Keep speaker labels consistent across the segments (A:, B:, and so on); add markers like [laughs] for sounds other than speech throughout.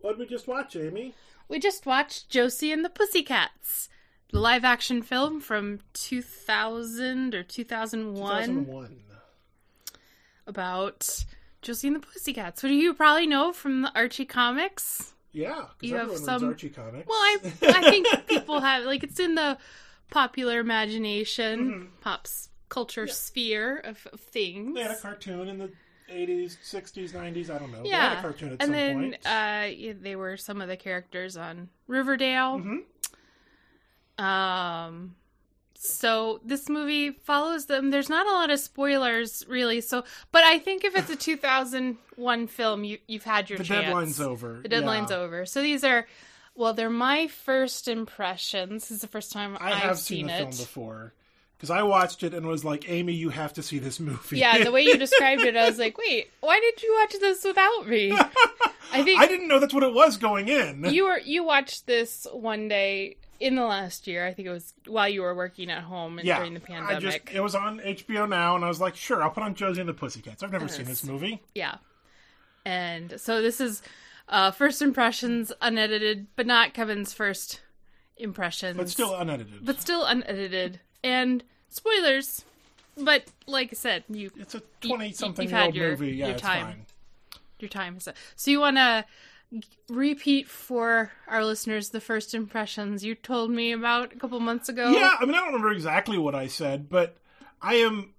A: What'd we just watch, Amy?
B: We just watched Josie and the Pussycats, the live action film from 2000 or 2001,
A: 2001.
B: about Josie and the Pussycats, which you probably know from the Archie comics.
A: Yeah, because
B: You have
A: everyone reads
B: some-
A: Archie comics.
B: Well, I,
A: [laughs]
B: I think people have, like, it's in the popular imagination, pops culture sphere of, of things.
A: Mm-hmm. they had a cartoon in the 80s, 60s, 90s. I don't know. They had
B: yeah.
A: a cartoon at
B: and
A: some
B: then
A: point.
B: Uh, yeah, they were some of the characters on Riverdale.
A: Mhm. Mm-hmm.
B: Um, so this movie follows them. There's not a lot of spoilers, really. So, but I think if
A: [sighs]
B: it's a 2001 film, you you've had your
A: the
B: chance.
A: deadline's over.
B: The deadline's
A: yeah.
B: over. So these are, well, they're my first impressions. This is the first time
A: I
B: have
A: have seen, the
B: it.
A: film before because I watched it and was like, Amy, you have to see this movie.
B: Yeah, the way you described it, I was like, wait, why did you watch this without
A: [laughs]
B: me? I
A: [laughs]
B: think
A: I didn't know that's what it was going in.
B: you were you watched this one day in the last year. I think it was while you were working at home
A: [laughs]
B: and
A: yeah,
B: during the
A: I just
B: pandemic.
A: it was on HBO now, and I was like, sure, I'll put on Josie and the Pussycats. I've never seen
B: Yes.
A: this movie.
B: yeah, and so this is uh, first impressions, unedited, but not Kevin's first impressions,
A: It's still uh, unedited.
B: but still unedited and spoilers. But like I said, you
A: it's a
B: you-
A: twenty something
B: you've
A: year
B: had
A: old
B: your-
A: movie. Yeah,
B: your
A: it's
B: time.
A: fine.
B: your time is up. So you want to repeat for our listeners the first impressions you told me about a couple months ago?
A: Yeah, I mean, I don't remember exactly what I said, but I am.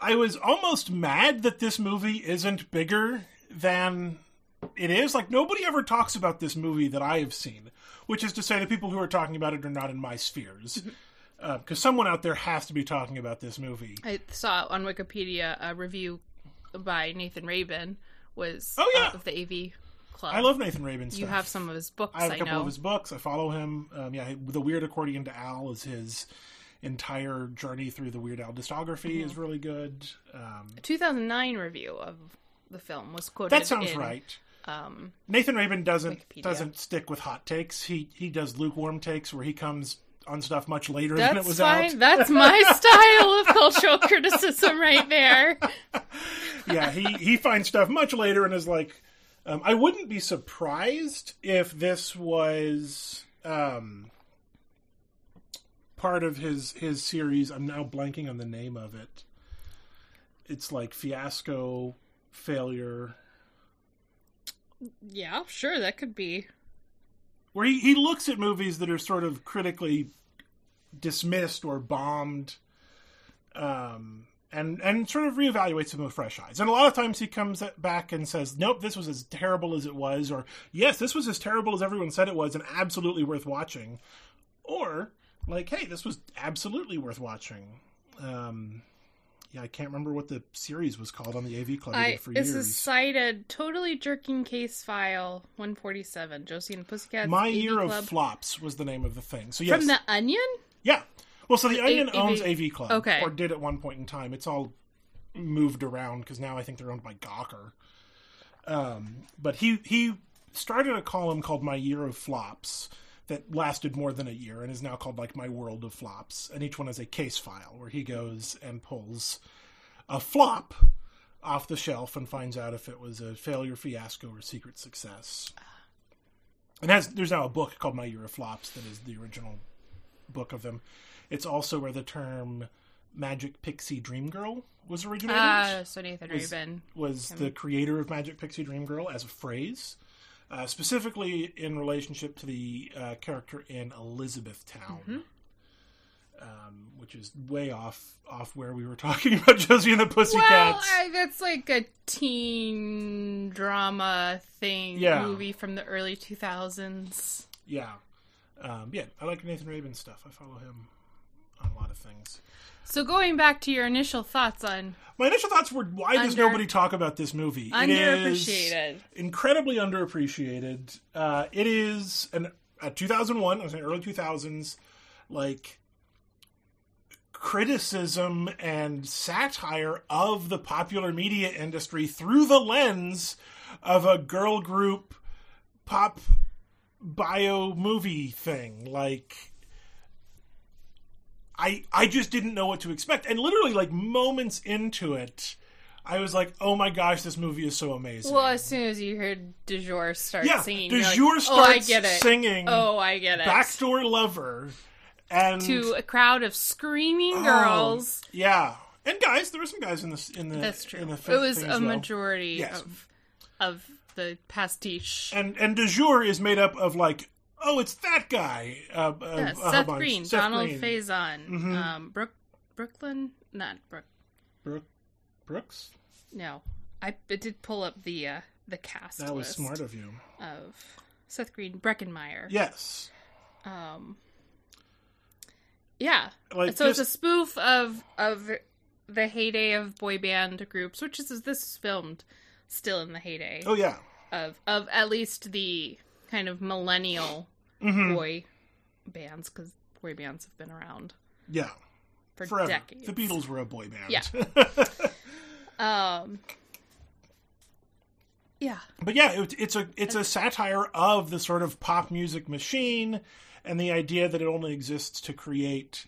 A: I was almost mad that this movie isn't bigger than it is. Like nobody ever talks about this movie that I have seen, which is to say, the people who are talking about it are not in my spheres.
B: Mm-hmm.
A: Because someone out there has to be talking about this movie.
B: I saw on Wikipedia a review by Nathan Rabin was
A: Oh, yeah.
B: uh, of the AV Club.
A: I love Nathan Rabin stuff.
B: you have some of his books.
A: I
B: I,
A: have a couple
B: know.
A: of his books. I follow him. Um, yeah, the Weird Accordion to Al is his entire journey through the Weird Al
B: Mm-hmm.
A: discography is really good. Um,
B: 2009 review of the film was quoted.
A: that sounds
B: in,
A: right.
B: Um,
A: Nathan Rabin doesn't
B: Wikipedia.
A: doesn't stick with hot takes. He he does lukewarm takes where he comes on stuff much later than it
B: that's
A: was
B: fine.
A: out.
B: That's my style of cultural criticism right there.
A: [laughs] yeah, he he finds stuff much later and is like, um, I wouldn't be surprised if this was um, part of his his series. I'm now blanking on the name of it. It's like fiasco, failure,
B: Yeah, sure, that could be.
A: where he, he looks at movies that are sort of critically dismissed or bombed um, and and sort of reevaluates them with fresh eyes and a lot of times he comes back and says nope this was as terrible as it was or yes this was as terrible as everyone said it was and absolutely worth watching or like hey this was absolutely worth watching um, yeah i can't remember what the series was called on the av club we
B: I
A: did for
B: this
A: years
B: is cited totally jerking case file 147 Josie and the Pussycats.
A: my
B: AV
A: year
B: Club.
A: of flops was the name of the thing so yes
B: from the Onion.
A: Yeah. Well, so the Onion
B: AV
A: owns AV Club,
B: Okay.
A: or did at one point in time. It's all moved around because now I think they're owned by Gawker. Um, but he he started a column called My Year of Flops that lasted more than a year and is now called like My World of Flops, and each one is a case file where he goes and pulls a flop off the shelf and finds out if it was a failure, fiasco, or secret success. And has, there's now a book called My Year of Flops that is the original book of them. It's also where the term Magic Pixie Dream Girl was originated.
B: Uh, so Nathan
A: was-
B: Rabin.
A: was the creator of Magic Pixie Dream Girl as a phrase, uh, specifically in relationship to the uh, character in Elizabethtown.
B: Mm-hmm.
A: Um, which is way off off where we were [laughs] talking about Josie and the
B: Well,
A: Pussycats.
B: I, that's like a teen drama thing,
A: Yeah.
B: movie from the early 2000s.
A: Yeah. Um, yeah, I like Nathan Rabin stuff. I follow him on a lot of things.
B: So going back to your initial thoughts on
A: My initial thoughts were why does
B: Under-
A: nobody talk about this movie? It is
B: underappreciated,
A: incredibly underappreciated. Uh, it is an a 2001, I was in early 2000s, like criticism and satire of the popular media industry through the lens of a girl group pop bio movie thing. Like I I just didn't know what to expect. And literally like moments into it, I was like, oh my gosh, this movie is so amazing.
B: Well, as soon as you heard De Jour start
A: yeah,
B: singing,
A: du
B: you're like,
A: jour
B: oh, I
A: starts
B: get it.
A: singing
B: oh, I get it.
A: "Backdoor Lover," and
B: to a crowd of screaming
A: Oh,
B: girls.
A: yeah, and guys. There were some guys in this in the
B: That's true.
A: In the
B: It was
A: thing
B: a
A: as well.
B: majority
A: Yes.
B: of of the pastiche.
A: and and de jour is made up of like oh it's that guy uh, uh,
B: Yeah,
A: a whole
B: Seth
A: bunch.
B: Green,
A: Seth
B: Donald
A: Green.
B: Faison,
A: Mhm.
B: um, Brook, Brooklyn, not Brook.
A: Brook, Brooks
B: No, I it did pull up the uh, the cast.
A: that was
B: list
A: smart of you
B: of Seth Green, Breckenmeyer.
A: yes
B: Um, yeah.
A: like
B: so
A: this,
B: it's a spoof of of the heyday of boy band groups, which is this is filmed still in the heyday
A: oh yeah
B: of of at least the kind of millennial
A: Mhm.
B: boy bands because boy bands have been around
A: yeah
B: for
A: forever
B: decades.
A: the Beatles were a boy band
B: Yeah.
A: [laughs]
B: Um. Yeah.
A: but yeah it, it's a it's a satire of the sort of pop music machine and the idea that it only exists to create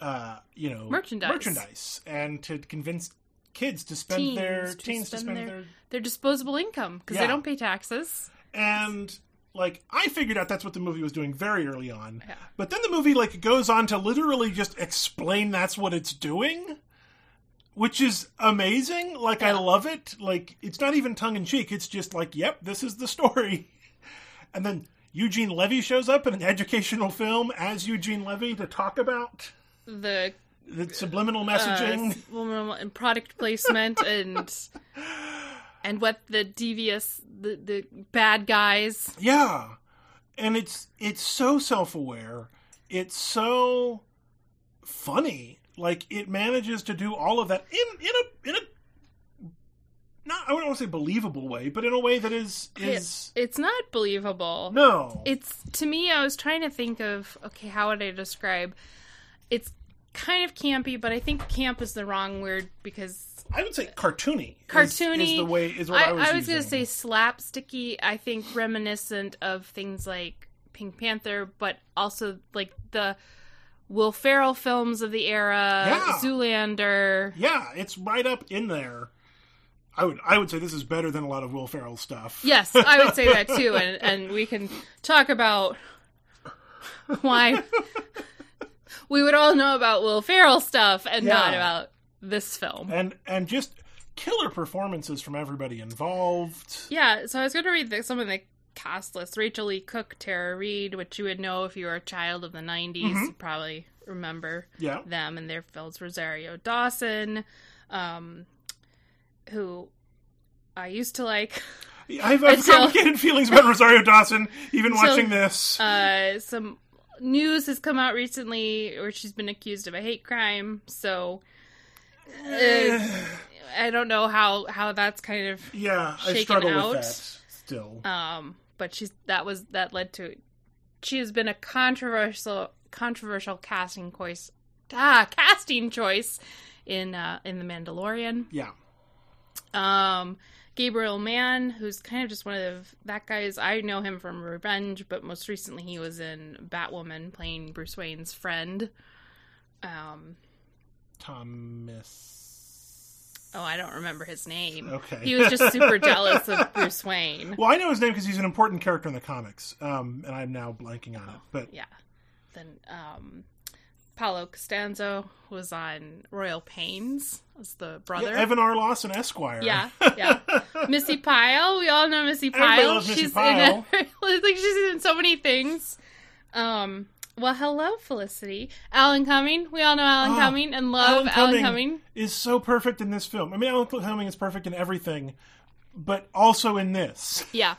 A: uh you know
B: Merchandise.
A: merchandise and to convince kids to spend
B: Teens
A: their
B: to
A: teens to spend
B: spend their-
A: their
B: Their disposable income because
A: Yeah.
B: they don't pay taxes.
A: and like I figured out that's what the movie was doing very early on.
B: Yeah.
A: But then the movie like goes on to literally just explain that's what it's doing, which is amazing. Like I
B: Yeah.
A: love it. Like it's not even tongue in cheek. It's just like, yep, this is the story. [laughs] And then Eugene Levy shows up in an educational film as Eugene Levy to talk about
B: The
A: the subliminal
B: uh,
A: messaging.
B: woman- and product placement and
A: [laughs]
B: and what the devious the the bad guys.
A: Yeah. And it's it's so self-aware. It's so funny. Like it manages to do all of that in in a in a not I wouldn't want to say believable way, but in a way that is is
B: It's not believable.
A: no.
B: It's to me. I was trying to think of okay, how would I describe? It's kind of campy, but I think camp is the wrong word because
A: I would say cartoony. is-
B: Cartoony.
A: is, the way is what I,
B: I,
A: was,
B: I was going to say
A: using.
B: slapsticky. I think reminiscent of things like Pink Panther, but also like the Will Ferrell films of the era,
A: Yeah.
B: Zoolander.
A: Yeah, it's right up in there. I would I would say this is better than a lot of Will Ferrell stuff.
B: Yes, I would say that too, and and we can talk about why we would all know about Will Ferrell stuff and not
A: Yeah.
B: about this film.
A: And and just killer performances from everybody involved.
B: Yeah, so I was going to read the, some of the cast lists. Rachel Lee Cook, Tara Reid, which you would know if you were a child of the 90s, you probably remember
A: Yeah.
B: them and their films. Rosario Dawson, um, who I used to like, [laughs]
A: I have, I have
B: Until-
A: complicated feelings about Rosario Dawson, even
B: Until-
A: watching this.
B: uh, some news has come out recently where she's been accused of a hate crime, so
A: Eh.
B: uh, I don't know how, how that's kind of
A: yeah, I
B: shaken
A: struggle
B: out.
A: with that still.
B: Um, but she's that was that led to she has been a controversial controversial casting choice ah, casting choice in uh, in the Mandalorian.
A: yeah.
B: Um, Gabriel Mann, who's kind of just one of that guy's I know him from Revenge, but most recently he was in Batwoman playing Bruce Wayne's friend. Um,
A: Thomas.
B: oh, I don't remember his name.
A: Okay.
B: He was
A: [laughs]
B: just super jealous of Bruce Wayne.
A: Well, I know his name because he's an important character in the comics, um, and I'm now blanking on it. But
B: yeah. Then um, Paolo Costanzo was on Royal Pains as the brother.
A: yeah, Evan R. Lawson Esquire. [laughs]
B: yeah, yeah. Missy Pyle. We all know Missy
A: Everybody
B: Pyle.
A: loves Missy
B: she's [laughs]
A: Pyle.
B: in like she's in so many things. Um. Well, hello, Felicity. Alan Cumming. We all know Alan
A: Oh,
B: Cumming and love Alan, Cumming.
A: is so perfect in this film. I mean, Alan Cumming is perfect in everything, but also in this.
B: Yeah.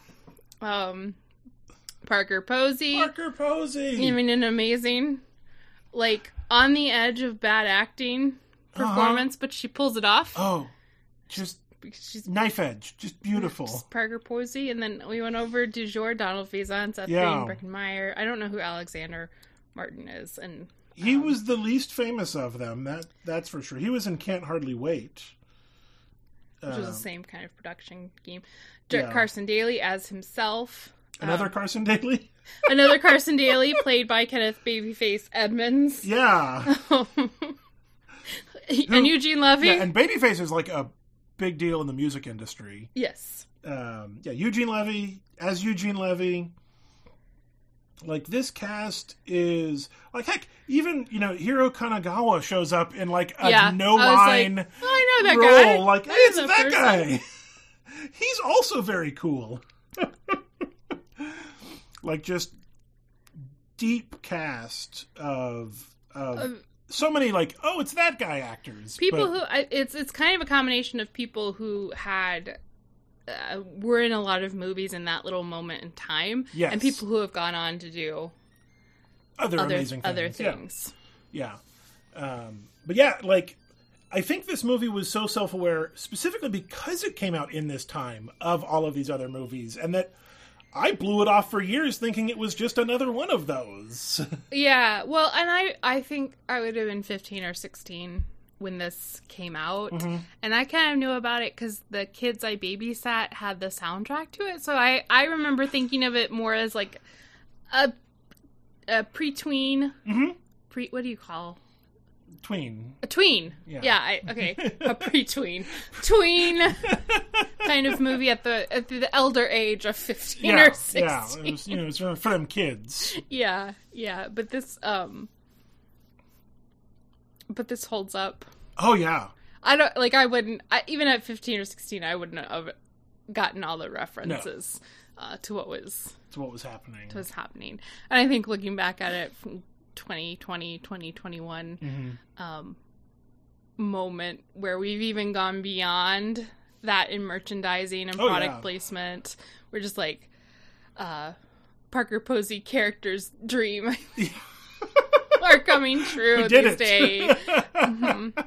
B: Um. Parker Posey.
A: Parker Posey.
B: I mean, an amazing, like on the edge of bad acting
A: Uh-huh.
B: performance, but she pulls it off.
A: oh, just
B: she's
A: knife edge, just beautiful.
B: just Parker Posey, and then we went over to Jour, Donald Faison, Seth
A: Yeah.
B: Green, Breckenmeyer. I don't know who Alexander Martin is, and
A: He was the least famous of them. That that's for sure. He was in Can't Hardly Wait.
B: which
A: Um,
B: was the same kind of production game. Dirk
A: yeah.
B: Carson Daly as himself.
A: Another
B: Um,
A: Carson Daly. [laughs]
B: another Carson Daly played by Kenneth Babyface Edmonds,
A: Yeah.
B: [laughs] and Eugene Levy.
A: yeah. And Babyface is like a big deal in the music industry.
B: Yes.
A: Um, yeah, Eugene Levy as Eugene Levy. Like this cast is like heck, even you know Hiro Kanagawa shows up in like a
B: yeah.
A: no
B: I was
A: line
B: Like, oh, I know that
A: role.
B: guy.
A: Like
B: I know
A: it's
B: that
A: that,
B: person."
A: guy. [laughs] He's also very cool. [laughs] like just deep cast of of
B: Uh,
A: so many like oh it's that guy actors.
B: people
A: but-
B: who I, it's it's kind of a combination of people who had uh, were in a lot of movies in that little moment in time,
A: Yes.
B: and people who have gone on to do
A: other,
B: other
A: amazing things.
B: other
A: Yeah.
B: things.
A: Yeah. Um, but yeah, like I think this movie was so self-aware specifically because it came out in this time of all of these other movies and that I blew it off for years thinking it was just another one of those. [laughs]
B: Yeah. well, and I I think I would have been fifteen or sixteen when this came out,
A: Mm-hmm.
B: and I kind of knew about it because the kids I babysat had the soundtrack to it, so I I remember thinking of it more as like a a pre-tween
A: Mhm.
B: pre what do you call
A: Tween.
B: A tween.
A: Yeah.
B: Yeah. I, okay. A pre-tween,
A: [laughs]
B: tween kind of movie at the at the elder age of fifteen
A: Yeah,
B: or
A: yeah.
B: sixteen. [laughs]
A: It was, you know, it's for them kids.
B: Yeah, yeah. But this, um, but this holds up.
A: Oh yeah,
B: I don't like. I wouldn't I, even at fifteen or sixteen. I wouldn't have gotten all the references uh, to what was
A: it's what was happening.
B: was happening. And I think looking back at it from 2020, 2021,
A: hmm
B: um, moment where we've even gone beyond that in merchandising and
A: Oh,
B: product
A: yeah.
B: placement. We're just like uh, Parker Posey character's dream [laughs] are coming true
A: [laughs] We did
B: these
A: it. [laughs]
B: days. Mhm.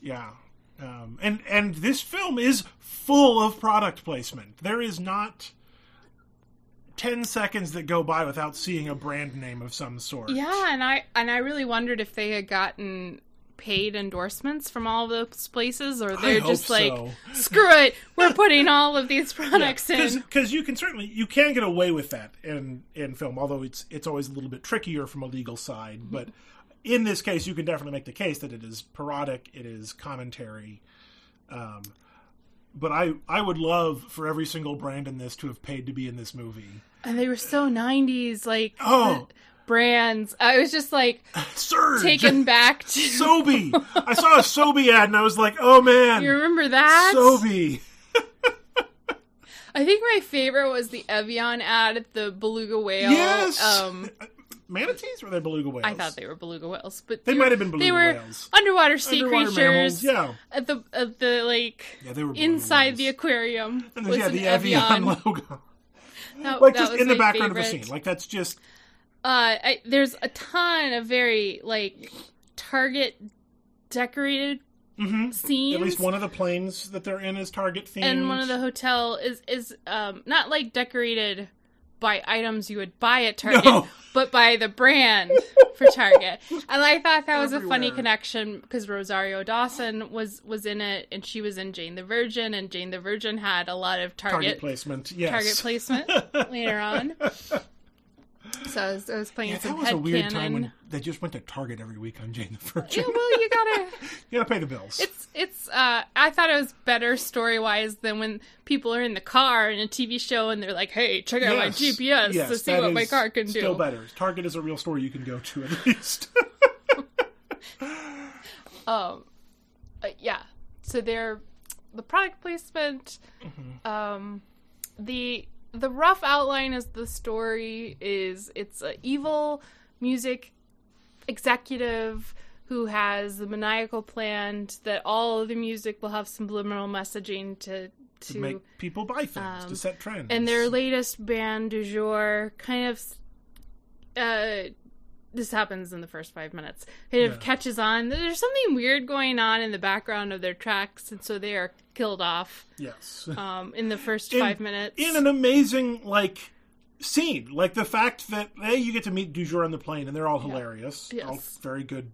A: Yeah. Um, and and this film is full of product placement. There is not ten seconds that go by without seeing a brand name of some sort.
B: Yeah, and I and I really wondered if they had gotten paid endorsements from all those places or
A: I
B: they're
A: hope
B: just like
A: so.
B: [laughs] screw it
A: [laughs]
B: we're putting all of these products in
A: because you can certainly you can get away with that in in film, although it's it's always a little bit trickier from a legal side.
B: Mm-hmm.
A: But in this case, you can definitely make the case that it is parodic, it is commentary. Um, but I I would love for every single brand in this to have paid to be in this movie.
B: and they were so 90s like
A: Oh.
B: the brands i was just like
A: Surge, [laughs]
B: taken back to
A: Sobe. I saw a Sobe ad and I was like, oh man,
B: [laughs] you remember that
A: Sobe.
B: i think my favorite was the evian ad at the beluga whale
A: Yes.
B: um
A: Manatees were they beluga whales?
B: i thought they were beluga whales but
A: They
B: were-
A: might have been
B: they
A: beluga
B: were
A: whales.
B: underwater sea
A: Underwater mammals,
B: creatures
A: yeah.
B: at the at the like
A: Yeah, they were beluga
B: inside the
A: whales.
B: aquarium
A: And
B: was
A: there's, yeah,
B: an
A: the
B: evian,
A: Evian, logo.
B: That-
A: like
B: that
A: just
B: was
A: in the
B: my
A: background of
B: favorite.
A: the scene. Like that's just
B: uh I, there's a ton of very like target decorated
A: mhm.
B: scenes
A: at least one of the planes that they're in is target themed.
B: and one of the hotel is is um not like decorated by items you would buy at Target,
A: No.
B: [laughs] but by the brand for
A: [laughs]
B: Target. And I thought that was a funny
A: Everywhere.
B: connection because Rosario Dawson was was in it, and she was in Jane the Virgin, and Jane the Virgin had a lot of
A: target
B: Target
A: placement. Yes.
B: Target
A: [laughs]
B: placement later on. So I was, I was playing
A: Yeah,
B: some
A: that was a
B: head
A: weird
B: cannon.
A: time when they just went to Target every week on Jane the Virgin.
B: yeah, well, you gotta.
A: [laughs] you gotta pay the bills.
B: It's it's uh I thought it was better story wise than when people are in the car in a TV show and they're like, Hey, check out my
A: Yes.
B: GPS
A: Yes,
B: to see
A: that
B: what my
A: is
B: car can do.
A: Still better. Target is a real store you can go to at least. [laughs]
B: Um uh, yeah. So they're the product placement,
A: Mm-hmm.
B: um the the rough outline is the story is it's a evil music executive who has the maniacal plan that all of the music will have subliminal messaging to to,
A: to make people buy things
B: um,
A: to set trends.
B: and their latest band du jour kind of uh this happens in the first five minutes kind of
A: Yeah.
B: catches on there's something weird going on in the background of their tracks and so they are killed off
A: yes,
B: um in the first
A: In-
B: five minutes
A: in an amazing like scene, like the fact that hey, you get to meet Dujour on the plane, and they're all hilarious,
B: Yes.
A: all very good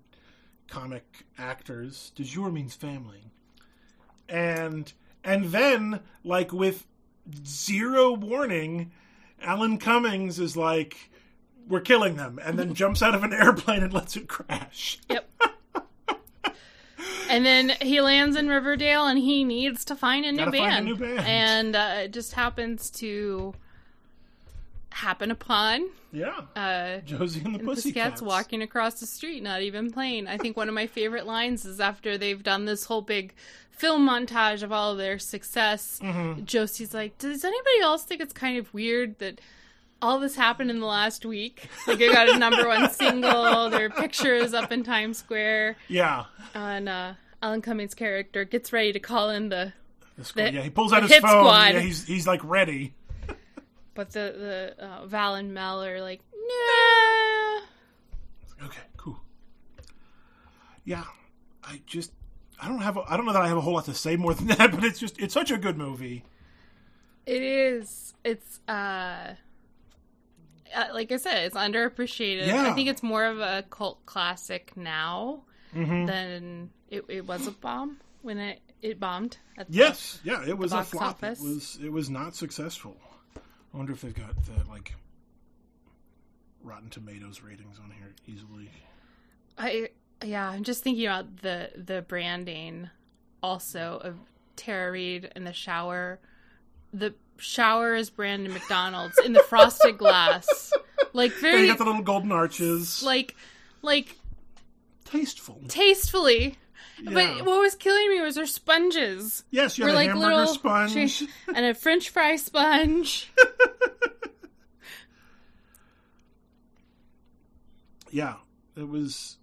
A: comic actors. Dujour means family, and and then like with zero warning, Alan Cummings is like. We're killing
B: [laughs]
A: them, and then jumps out of an airplane and lets it crash.
B: yep and then he lands in Riverdale, and he needs to find a new,
A: Gotta
B: band.
A: find a new band.
B: And uh, it just happens to happen upon
A: Yeah.
B: uh,
A: Josie and the
B: and
A: Pussycats.
B: Pussycats walking across the street, not even playing. I think one of my favorite lines is after they've done this whole big film montage of all of their success. Josie's like, "Does anybody else think it's kind of weird that all this happened in the last week? Like, they got a number one single, their picture is up in Times Square,
A: Yeah.
B: and uh, Alan Cummings' character gets ready to call in the."
A: The squad.
B: The-
A: yeah, he pulls out
B: the
A: his
B: hit
A: phone.
B: squad.
A: Yeah, he's he's like ready.
B: But the the uh, Val and Mel are like, "Nah."
A: Okay, cool. Yeah, I just I don't have a, I don't know that I have a whole lot to say more [laughs] than that, but it's just it's such a good movie.
B: It is. It's uh, uh like I said, it's underappreciated.
A: Yeah.
B: I think it's more of a cult classic now
A: Mm-hmm.
B: than it, it was a bomb when it it bombed. At the-
A: Yes, yeah, it was a
B: box
A: flop.
B: office.
A: It was it was not successful. I wonder if they've got the like Rotten Tomatoes ratings on here easily.
B: I yeah, I'm just thinking about the the branding also of Tara Reid in the shower. The shower is branded McDonald's in the frosted
A: [laughs]
B: glass. Like
A: Yeah, you
B: very
A: got the little golden arches.
B: like like
A: tasteful.
B: tastefully.
A: Yeah.
B: But what was killing me was her sponges.
A: yes, you
B: were
A: have a
B: like
A: hamburger
B: little
A: sponge.
B: she- and a French fry sponge. [laughs]
A: yeah it was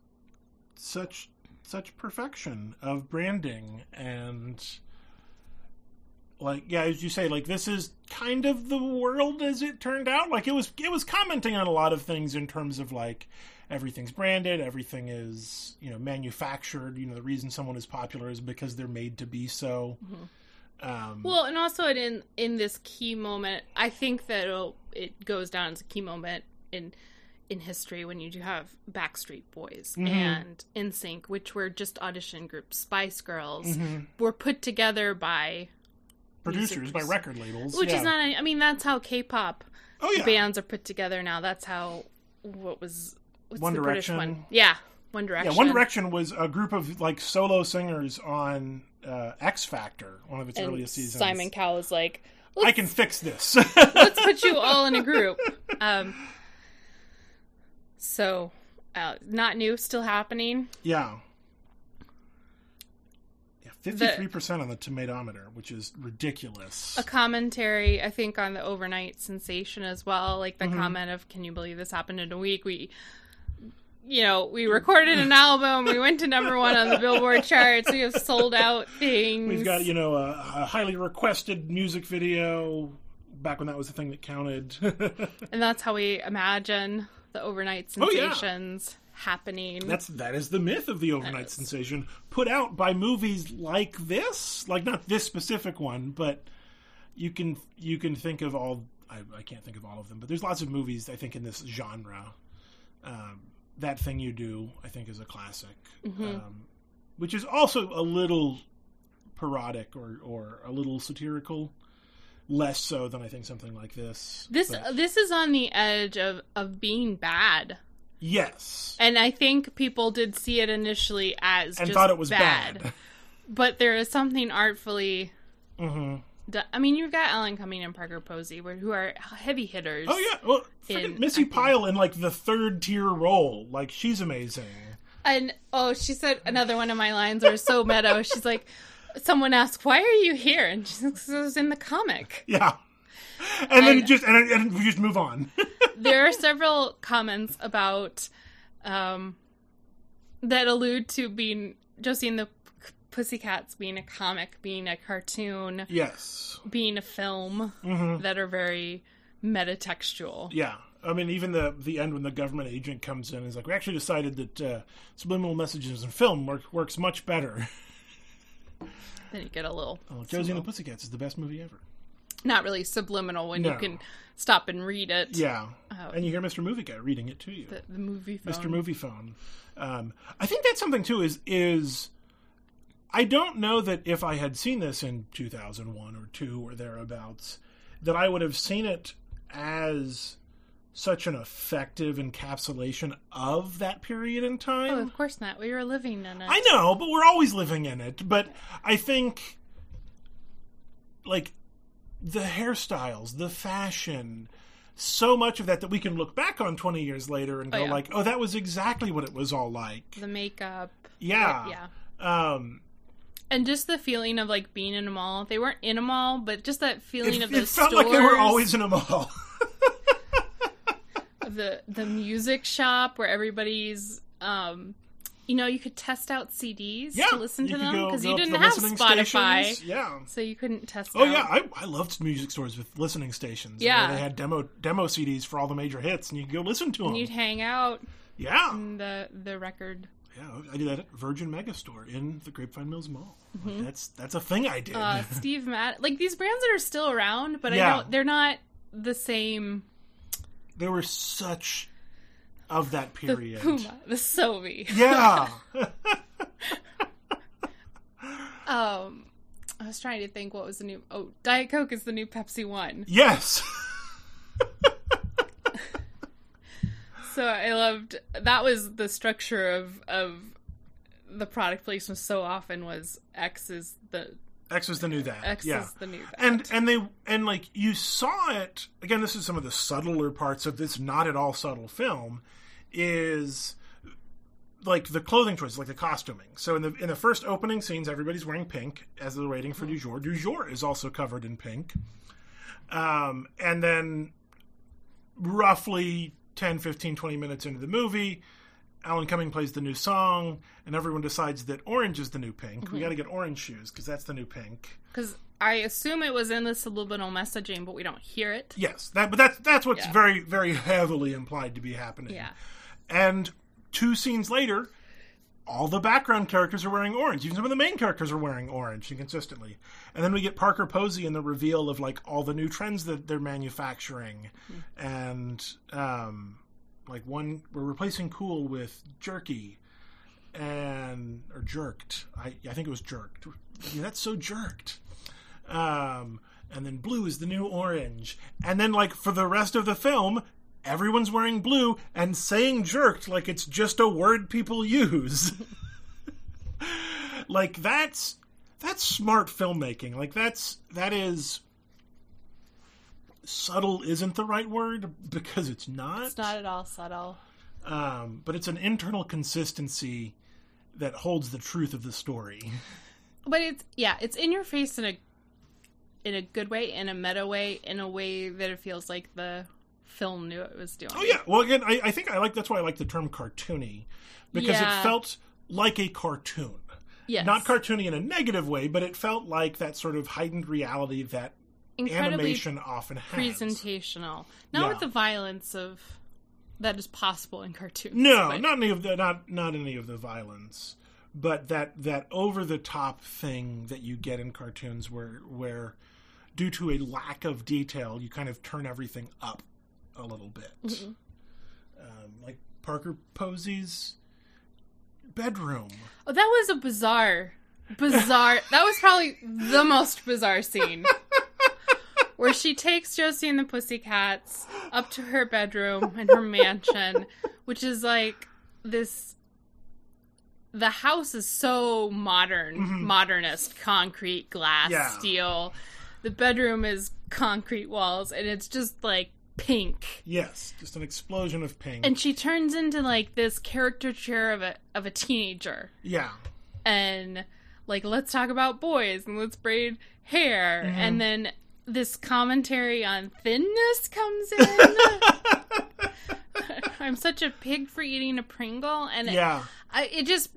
A: such such perfection of branding and like yeah as you say like this is kind of the world as it turned out like it was it was commenting on a lot of things in terms of like everything's branded everything is you know manufactured you know the reason someone is popular is because they're made to be so um
B: Mm-hmm. Well, and also in in this key moment, I think that it'll- it goes down as a key moment in in history when you do have Backstreet Boys
A: Mhm.
B: and NSYNC, which were just audition groups. Spice Girls
A: mhm.
B: were put together by,
A: producers by
B: producers.
A: record labels
B: which
A: yeah.
B: is not. I mean, that's how K-pop
A: oh yeah
B: bands are put together now. That's how what was what's
A: One
B: the
A: Direction.
B: British one? Yeah, One Direction.
A: Yeah, One Direction was a group of like solo singers on uh, X Factor, one of its
B: And
A: earliest seasons.
B: Simon Cowell is like,
A: I can fix this. [laughs]
B: let's put you all in a group. Um, so, uh, not new, still happening.
A: yeah. Yeah, fifty-three percent on the tomatometer, which is ridiculous.
B: A commentary, I think, on the overnight sensation as well. Like the
A: Mhm.
B: comment of, "Can you believe this happened in a week?" We, you know, we recorded an album. We went to number one on the Billboard charts. We have sold out things.
A: We've got you know a, a highly requested music video back when that was the thing that counted. [laughs]
B: and that's how we imagine the overnight
A: Oh, yeah.
B: sensations happening.
A: That's that is the myth of the overnight
B: is.
A: sensation put out by movies like this, like not this specific one, but you can you can think of all. I, I can't think of all of them, but there's lots of movies I think in this genre. Um, that thing you do, I think, is a classic, um, which is also a little parodic or or a little satirical, less so than I think something like this.
B: this uh,
A: but-
B: this is on the edge of of being bad.
A: yes,
B: And I think people did see it initially as
A: and
B: just
A: thought it was bad.
B: but there is something artfully.
A: hmm
B: do- I mean, you've got Alan Cumming and Parker Posey, where- who are heavy hitters.
A: Oh yeah, well, freaking
B: in
A: Missy
B: acting.
A: Pyle in like the third tier role, like she's amazing.
B: And oh, she said another one of my lines are so meta. [laughs] She's like, someone asked, "Why are you here?" And she says, "It was in the comic."
A: Yeah, and then
B: And-
A: just and, and we just move on. [laughs]
B: there are several comments about um, that allude to being Josie and the P- Pussycats being a comic, being a cartoon,
A: yes,
B: being a film that are very metatextual.
A: Mm-hmm. yeah. I mean, even the the end when the government agent comes in, and is like, we actually decided that uh, subliminal messages in film work, works much better.
B: Then you get a little
A: Oh, Josie and the Pussycats is the best movie ever.
B: not really subliminal when
A: No.
B: you can stop and read it.
A: Yeah,
B: Oh.
A: and you hear Mr. Movie Guy reading it to you.
B: The, the movie phone.
A: Mr. Movie Phone. Um, I think that's something too. Is is I don't know that if I had seen this in two thousand one or two or thereabouts, that I would have seen it as such an effective encapsulation of that period in time.
B: Oh, of course not. We were living in it.
A: I know, but we're always living in it. But I think, like, the hairstyles, the fashion, so much of that that we can look back on 20 years later and
B: Oh,
A: go,
B: yeah.
A: like, oh, that was exactly what it was all like.
B: the makeup.
A: Yeah.
B: Yeah.
A: Um,
B: And just the feeling of like being in a mall. They weren't in a mall, but just that feeling
A: it
B: of
A: it
B: the
A: felt
B: stores,
A: like they were always in a
B: [laughs]
A: mall.
B: of the the music shop where everybody's um you know, you could test out CDs
A: yeah.
B: to listen to
A: you could
B: them
A: go-
B: because
A: go
B: you
A: up to
B: didn't
A: the
B: have
A: listening
B: Spotify.
A: stations. Yeah.
B: So you couldn't test
A: Oh
B: out.
A: yeah, I, I loved music stores with listening stations.
B: Yeah.
A: where they had demo demo CDs for all the major hits, and you could go listen to them.
B: And you'd hang out
A: yeah,
B: in the the record.
A: yeah, I did that at Virgin Megastore in the Grapevine Mills Mall. Like, that's that's a thing I did.
B: Uh Steve Matt like these brands that are still around, but
A: Yeah.
B: I don't they're not the same
A: [laughs] they were such of
B: [laughs]
A: that
B: the
A: period.
B: Puma, the Sobe.
A: Yeah,
B: [laughs]
A: [laughs]
B: Um I was trying to think what was the new oh Diet Coke is the new Pepsi One.
A: yes,
B: So I loved that was the structure of of the product placement so often was X is the
A: X was the new that.
B: X
A: yeah,
B: is the new that.
A: and and they and like you saw it again this is some of the subtler parts of this not at all subtle film is like the clothing choices like the costuming so in the in the first opening scenes everybody's wearing pink as they're waiting for du jour du jour is also covered in pink um and then roughly 10 15 20 minutes into the movie alan cumming plays the new song and everyone decides that orange is the new pink we got to get orange shoes because that's the new pink
B: because I assume it was in the subliminal messaging, but we don't hear it.
A: Yes, that, but that's that's what's
B: Yeah.
A: very very heavily implied to be happening.
B: Yeah,
A: And two scenes later, all the background characters are wearing orange. Even some of the main characters are wearing orange inconsistently. And then we get Parker Posey and the reveal of like all the new trends that they're manufacturing,
B: Hmm.
A: and um, like one we're replacing cool with jerky, and or jerked. I I think it was jerked. Yeah, that's so jerked. Um, and then blue is the new orange. And then, like, for the rest of the film, everyone's wearing blue and saying jerked like it's just a word people use. [laughs] like, that's that's smart filmmaking. Like, that's that is subtle isn't the right word because it's not.
B: it's not at all subtle.
A: Um, but it's an internal consistency that holds the truth of the story.
B: but it's yeah it's in your face in a in a good way in a meta way in a way that it feels like the film knew it was doing
A: Oh yeah. Well, again, I, I think I like that's why I like the term cartoony because it
B: Yeah.
A: felt like a cartoon,
B: yes.
A: not cartoony in a negative way, but it felt like that sort of heightened reality that
B: incredibly
A: animation often has.
B: presentational not
A: Yeah.
B: with the violence of that is possible in cartoons
A: No,
B: [laughs] but-
A: not any of the not not any of the violence, but that that over the top thing that you get in cartoons where where due to a lack of detail, you kind of turn everything up a little bit.
B: Mhm.
A: Um, like Parker Posey's bedroom.
B: Oh, that was a bizarre, bizarre. that was probably the most bizarre scene. Where she takes Josie and the Pussycats up to her bedroom in her mansion, which is like this. The house is so modern,
A: Mhm.
B: modernist, concrete, glass,
A: Yeah.
B: steel. The bedroom is concrete walls, and it's just like pink
A: Yes, just an explosion of pink.
B: and she turns into like this caricature of a of a teenager [laughs]
A: yeah,
B: and like let's talk about boys and let's braid hair
A: Mhm.
B: and then this commentary on thinness comes in i'm such a pig for eating a pringle and it-
A: yeah,
B: I, it just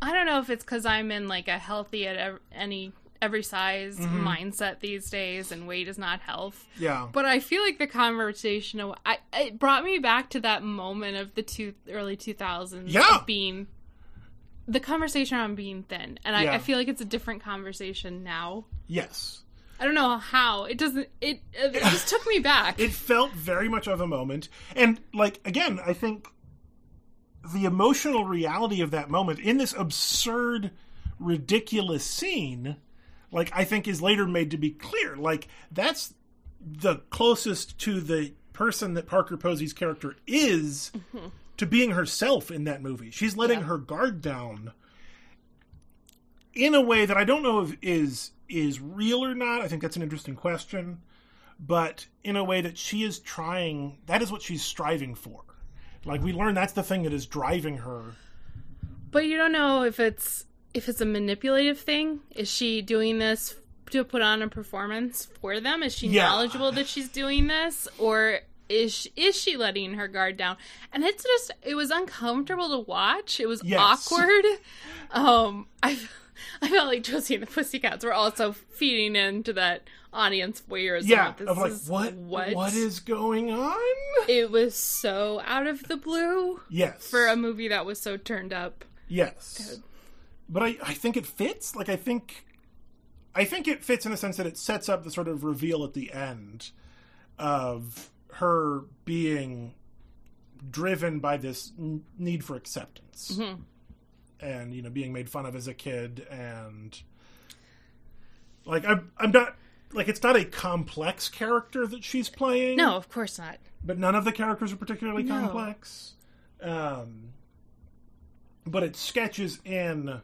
B: i don't know if it's because i'm in like a healthy at ev- any every size
A: Mhm.
B: mindset these days and weight is not health
A: yeah.
B: but I feel like the conversation, of- I, it brought me back to that moment of the two early two thousands.
A: Yeah.
B: of being the conversation on being thin, and I,
A: Yeah.
B: I feel like it's a different conversation now.
A: Yes.
B: I don't know how it doesn't. It, it just took me back.
A: It felt very much of a moment. And, like, again, I think the emotional reality of that moment in this absurd, ridiculous scene, like, I think is later made to be clear. Like, that's the closest to the person that Parker Posey's character is to being herself in that movie. She's letting
B: Mm-hmm. Yeah.
A: her guard down in a way that I don't know if is is real or not. I think that's an interesting question, but in a way that she is trying that is what she's striving for. Like we learn that's the thing that is driving her.
B: But you don't know if it's if it's a manipulative thing. Is she doing this to put on a performance for them? Is she
A: Yeah.
B: knowledgeable that she's doing this, or is she, is she letting her guard down? And it's just it was uncomfortable to watch. It was
A: Yes.
B: awkward. [laughs] Um, I [laughs] I felt like Josie and the Pussycats were also feeding into that audience voyeurism.
A: Yeah,
B: of this
A: of like
B: is
A: what,
B: what
A: what is going on?
B: It was so out of the blue
A: Yes.
B: for a movie that was so turned up.
A: Yes. But I, I think it fits. Like I think I think it fits in the sense that it sets up the sort of reveal at the end of her being driven by this n- need for
B: Mm-hmm.
A: acceptance and you know being made fun of as a kid and like I'm I'm not like it's not a complex character that she's playing
B: No, of course not.
A: but none of the characters are particularly
B: No.
A: complex. Um, but it sketches in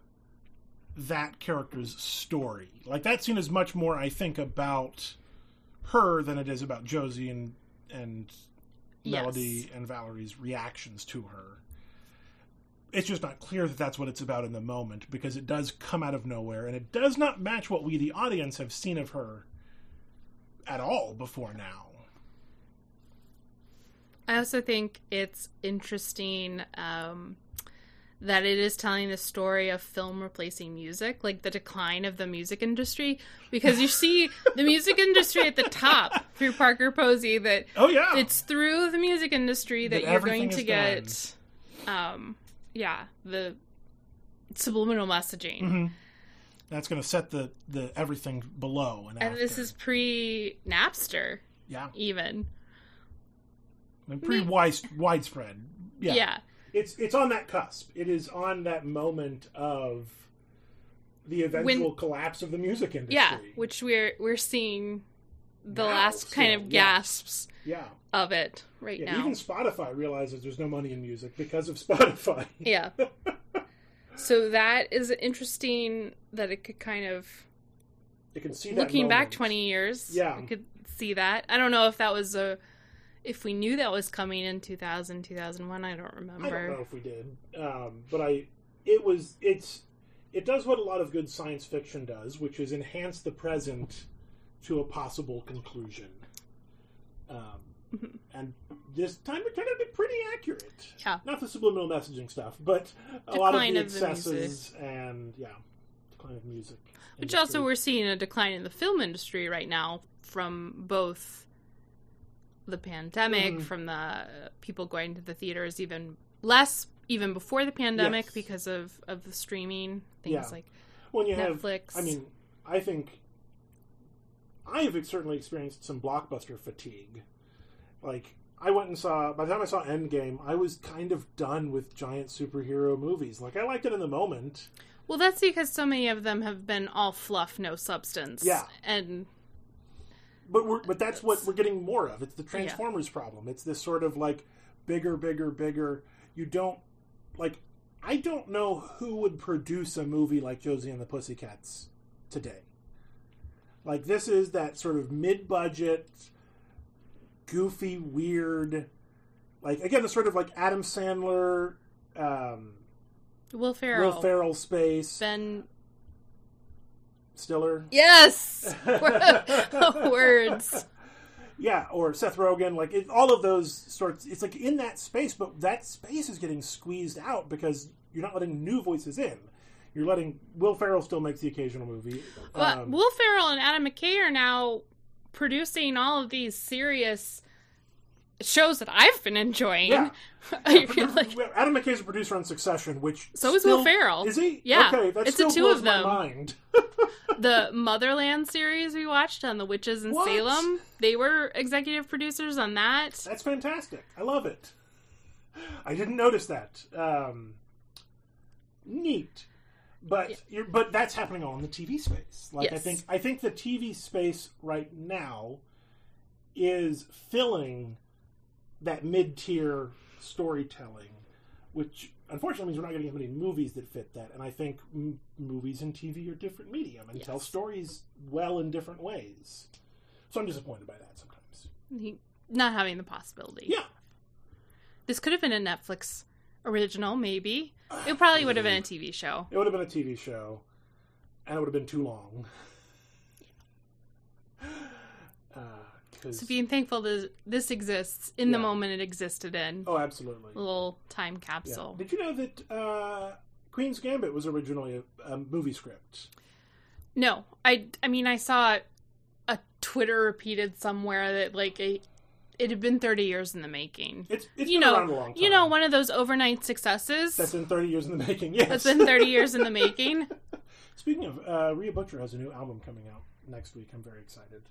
A: that character's story. Like that scene is much more, I think, about her than it is about Josie and and
B: Yes.
A: Melody and Valerie's reactions to her. It's just not clear that that's what it's about in the moment because it does come out of nowhere and it does not match what we, the audience, have seen of her at all before now.
B: I also think it's interesting um, that it is telling the story of film replacing music, like the decline of the music industry, because you see the music industry at the top through Parker Posey. That
A: Oh yeah,
B: it's through the music industry that,
A: That
B: you're
A: everything
B: going to
A: is
B: get, um, yeah, the subliminal messaging.
A: Mm-hmm. That's going to set the the everything below and,
B: And this
A: after.
B: is pre Napster,
A: yeah,
B: even.
A: I mean, pretty wise, widespread. Yeah.
B: yeah.
A: it's it's on that cusp. It is on that moment of the eventual collapse of the music industry.
B: yeah which we're we're seeing the
A: Now,
B: last kind
A: so,
B: of
A: yeah.
B: gasps
A: yeah,
B: of it right
A: yeah.
B: now [laughs]
A: Even Spotify realizes there's no money in music because of [laughs] Spotify.
B: yeah so that is interesting that it could kind of
A: You can see that
B: looking back
A: moment.
B: 20 years
A: Yeah.
B: we could see that i don't know if that was a if we knew that was coming in 2000 2001 i don't remember
A: I don't know if we did, um, but I it was it's it does what a lot of good science fiction does, which is enhance the present to a possible conclusion. Um,
B: Mm-hmm.
A: and this time it turned out to be pretty accurate.
B: Yeah.
A: Not the subliminal messaging stuff, but a lot of
B: Decline
A: the
B: of the music.
A: excesses and yeah, decline of music.
B: Which
A: industry.
B: also we're seeing a decline in the film industry right now from both the pandemic,
A: Mhm.
B: from the people going to the theaters even less even before the pandemic
A: Yes.
B: because of of the streaming things
A: Yeah.
B: like
A: when you have
B: Netflix.
A: I mean, I think I have certainly experienced some blockbuster fatigue. Like, I went and saw, by the time I saw Endgame, I was kind of done with giant superhero movies. Like, I liked it in the moment.
B: well that's because so many of them have been all fluff, no substance.
A: Yeah.
B: And
A: But we're, but that's what we're getting more of. It's the Transformers problem. It's this sort of like bigger, bigger, bigger. You don't like. I don't know who would produce a movie like Josie and the Pussycats today. Like this is that sort of mid-budget, goofy, weird. Like again, the sort of like Adam Sandler, um,
B: Will Ferrell,
A: Will Ferrell space,
B: Ben
A: Stiller.
B: Yes [laughs] words.
A: Yeah, or Seth Rogen, like it, all of those sorts. It's like in that space, but that space is getting squeezed out because you're not letting new voices in. You're letting Will Ferrell still makes the occasional movie.
B: But
A: Um,
B: Will Ferrell and Adam McKay are now producing all of these serious shows that I've been enjoying.
A: Yeah.
B: [laughs] I feel like
A: Adam McKay's a producer on Succession, which
B: So is
A: still-
B: Will Ferrell.
A: Is he?
B: Yeah.
A: Okay, that
B: It's
A: still
B: the two
A: blows
B: of them.
A: my mind.
B: the Motherland series we watched on the witches in
A: What?
B: Salem, they were executive producers on that.
A: That's fantastic. I love it. I didn't notice that. Um, neat. But you're, but that's happening all in the TV space. Like I
B: Yes.
A: think I think the TV space right now is filling that mid tier storytelling, which unfortunately means we're not getting as many movies that fit that. And I think m- movies and TV are different medium and tell
B: Yes.
A: stories well in different ways. So I'm disappointed by that sometimes.
B: He, not having the possibility.
A: Yeah,
B: This could have been a Netflix original, maybe. It probably would have been a TV show.
A: it would have been a TV show, and it would have been too long. [laughs] Uh, 'cause-
B: So being thankful that this exists in the
A: Yeah.
B: moment it existed in.
A: oh, absolutely.
B: A little time
A: Yeah.
B: capsule.
A: Did you know that uh, Queen's Gambit was originally a, a movie script?
B: No, I I mean I saw a Twitter repeated somewhere that like a, it had been 30 years in the making.
A: It's it's
B: You
A: been
B: know-
A: around a long time.
B: You know, one of those overnight successes
A: that's been thirty years in the making. Yes,
B: that's been
A: [laughs]
B: 30 years in the making.
A: Speaking of, uh, Rhea Butcher has a new album coming out next week. I'm very excited.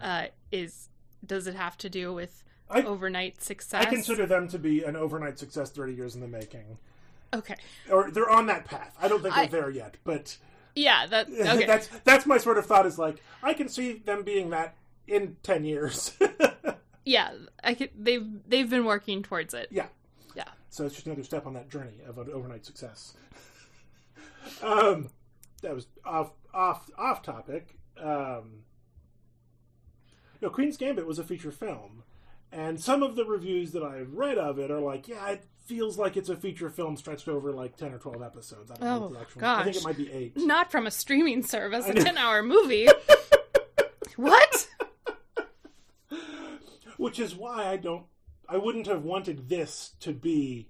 B: Uh, is does it have to do with
A: I-
B: overnight success?
A: I consider them to be an overnight success, thirty years in the making,
B: okay.
A: or they're on that path. I don't think
B: I-
A: they're there yet, but [laughs]
B: Yeah, that okay.
A: that's that's my sort of thought. Is like I can see them being that in ten years. [laughs]
B: yeah, I could, they've they've been working towards it.
A: Yeah.
B: Yeah.
A: So it's just another step on that journey of an overnight success. [laughs] um, that was off off off topic. Um, no, Queen's Gambit was a feature film, and some of the reviews that I've read of it are like, yeah, it feels like it's a feature film stretched over like ten or twelve episodes. I don't know
B: Oh,
A: what the actual. I think
B: gosh.
A: it might be eight.
B: Not from a streaming service,
A: I
B: a
A: know. [laughs]
B: 10-hour movie. what?
A: Which is why I don't. I wouldn't have wanted this to be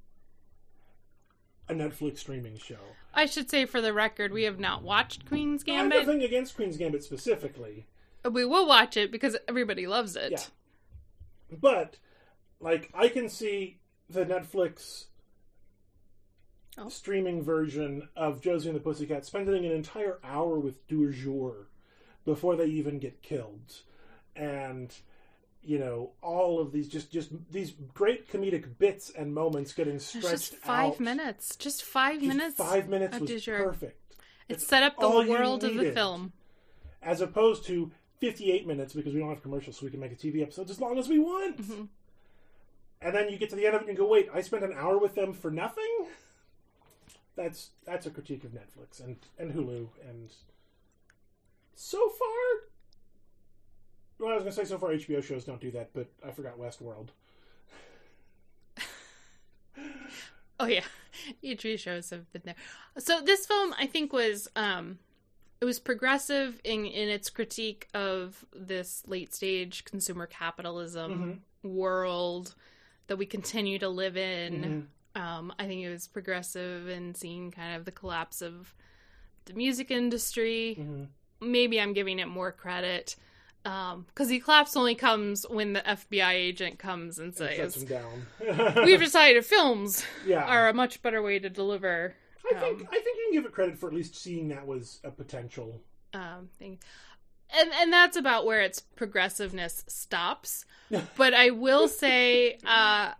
A: a Netflix streaming show.
B: I should say for the record, we have not watched Queen's
A: I have
B: Gambit.
A: nothing against Queen's Gambit specifically,
B: We will watch it because everybody loves it.
A: Yeah. but like I can see the Netflix
B: Oh.
A: streaming version of Josie and the Pussycat spending an entire hour with du jour before they even get killed, and you know all of these just just these great comedic bits and moments getting
B: It's
A: stretched
B: just five
A: out.
B: minutes. Just five
A: Just
B: minutes.
A: Five minutes
B: of
A: was
B: du jour.
A: perfect.
B: It set up the
A: all you
B: world of the
A: needed.
B: film.
A: as opposed to 58 minutes because we don't have commercials, so we can make a TV episode as long as we want.
B: Mhm.
A: And then you get to the end of it and you go, wait, I spent an hour with them for nothing. That's that's a critique of Netflix and and Hulu and so far. Well, I was gonna say so far HBO shows don't do that, but I forgot Westworld.
B: Oh yeah, [laughs] E3 shows have been there. So this film, I think, was um, it was progressive in in its critique of this late stage consumer capitalism
A: Mhm.
B: world that we continue to live in. [laughs]
A: Mhm.
B: Um, I think it was progressive in seeing kind of the collapse of the music industry.
A: Mhm.
B: maybe I'm giving it more credit because the collapse only comes when the FBI agent comes and
A: Shuts
B: says,
A: them
B: "We've [laughs]
A: down.
B: decided films
A: [laughs] yeah,
B: are a much better way to deliver."
A: I think
B: um,
A: I think you can give it credit for at least seeing that was a potential.
B: Um, thing. And and that's about where its progressiveness stops.
A: [laughs]
B: but I will say uh,